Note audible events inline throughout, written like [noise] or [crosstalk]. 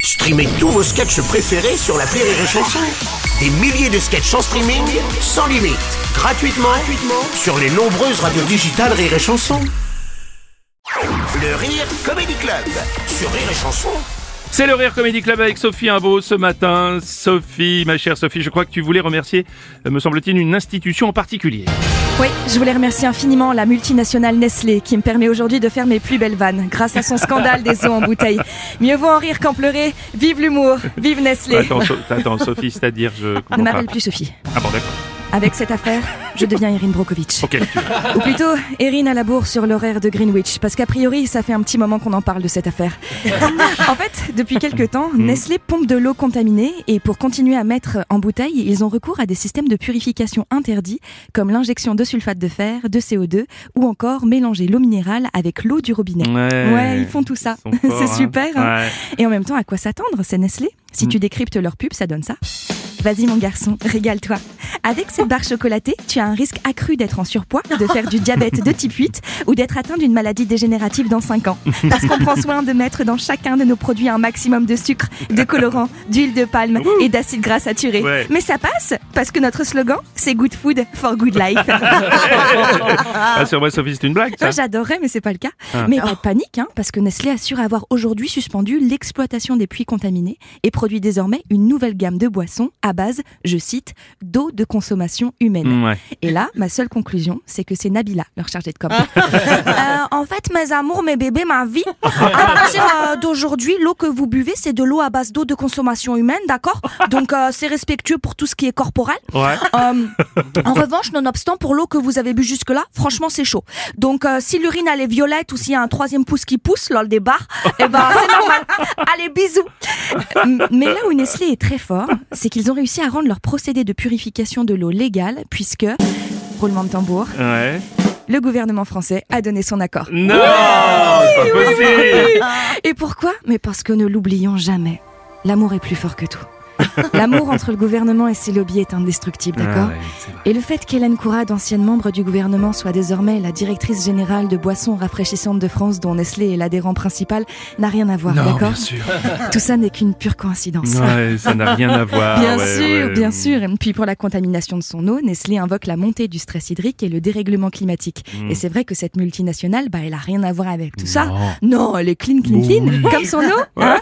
Streamez tous vos sketchs préférés sur la Rire et Chanson. Des milliers de sketchs en streaming, sans limite, gratuitement, gratuitement sur les nombreuses radios digitales Rire et Chanson. Le Rire Comedy Club sur Rire et Chanson. C'est le Rire Comedy Club avec Sophie Imbeau ce matin. Sophie, ma chère Sophie, je crois que tu voulais remercier, euh, me semble-t-il, une institution en particulier. Oui, je voulais remercier infiniment la multinationale Nestlé qui me permet aujourd'hui de faire mes plus belles vannes grâce à son scandale des eaux en bouteille. Mieux vaut en rire qu'en pleurer. Vive l'humour, vive Nestlé. Attends, So- attends, Sophie, c'est-à-dire, [laughs] je ne comprends pas. m'appelle plus Sophie. Ah bon, d'accord. Avec cette affaire, je deviens Erin Brokovich. Ok, tu- Ou plutôt, Erin à la bourre sur l'horaire de Greenwich. Parce qu'a priori, ça fait un petit moment qu'on en parle de cette affaire. en fait, depuis quelques temps, Nestlé pompe de l'eau contaminée et pour continuer à mettre en bouteille, ils ont recours à des systèmes de purification interdits, comme l'injection de sulfate de fer, de CO2 ou encore mélanger l'eau minérale avec l'eau du robinet. Ouais. Ouais, ils font tout ça. Ils sont forts, [laughs] C'est hein. super, hein. Ouais. Et en même temps, à quoi s'attendre C'est Nestlé. Si tu décryptes leur pub, ça donne ça. Vas-y mon garçon, régale-toi. Avec cette barre chocolatée, tu as un risque accru d'être en surpoids, de faire du diabète de type 8 ou d'être atteint d'une maladie dégénérative dans 5 ans. Parce qu'on prend soin de mettre dans chacun de nos produits un maximum de sucre, de colorant, d'huile de palme et d'acide gras saturé. Ouais. Mais ça passe parce que notre slogan, c'est Good Food for Good Life. Ah. Rassure-moi, Ah, Sophie, c'est une blague, ça Ouais, J'adorais, mais c'est pas le cas. Ah. Mais pas de panique, hein, parce que Nestlé assure avoir aujourd'hui suspendu l'exploitation des puits contaminés et produit désormais une nouvelle gamme de boissons à base, je cite, d'eau de consommation humaine. Mm, ouais. Et là, ma seule conclusion, c'est que c'est Nabila, leur chargée de com. Euh, en fait, mes amours, mes bébés, ma vie, à partir euh, d'aujourd'hui, l'eau que vous buvez, c'est de l'eau à base d'eau de consommation humaine, d'accord Donc, euh, c'est respectueux pour tout ce qui est corporel. Ouais. Euh, en revanche, nonobstant, pour l'eau que vous avez bu jusque-là, franchement, c'est chaud. Donc, euh, si l'urine, elle est violette ou s'il y a un troisième pouce qui pousse, lol des barres, eh ben, c'est normal. Allez, bisous. M- Mais là où Nestlé est très fort, c'est qu'ils ont réussi à rendre leur procédé de purification de l'eau légal, puisque, roulement de tambour, Ouais. le gouvernement français a donné son accord. Non C'est pas possible Et pourquoi Mais parce que ne l'oublions jamais. L'amour est plus fort que tout. L'amour entre le gouvernement et ses lobbies est indestructible, d'accord Ah ouais, c'est vrai. Et le fait qu'Hélène Courade, ancienne membre du gouvernement, soit désormais la directrice générale de boissons rafraîchissantes de France, dont Nestlé est l'adhérent principal, n'a rien à voir, Non, bien d'accord sûr. [laughs] Tout ça n'est qu'une pure coïncidence. Ouais, ça n'a rien à voir. Bien ouais, sûr, ouais. bien sûr. Et Puis pour la contamination de son eau, Nestlé invoque la montée du stress hydrique et le dérèglement climatique. Mm. Et c'est vrai que cette multinationale, bah, elle a rien à voir avec tout ça. Non. Non, elle est clean, clean, clean, comme son eau. hein.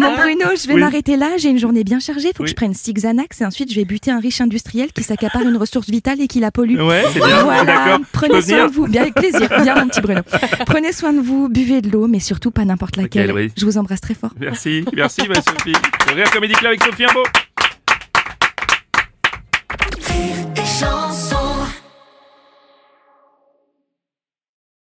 Mon Bruno, je vais Oui. m'arrêter là, j'ai une journée bien chargée, faut Oui. que je prenne six Xanax et ensuite je vais buter un riche industriel qui s'accapare une ressource vitale et qui la pollue. Ouais, c'est bien. Voilà, D'accord. Je prenez peux soin venir de vous. Bien avec plaisir, bien mon petit Bruno. Prenez soin de vous, buvez de l'eau, mais surtout pas n'importe laquelle. oui. Je vous embrasse très fort. Merci, merci, ma Sophie. Le Rire Comedy Club avec Sophie Imbeau.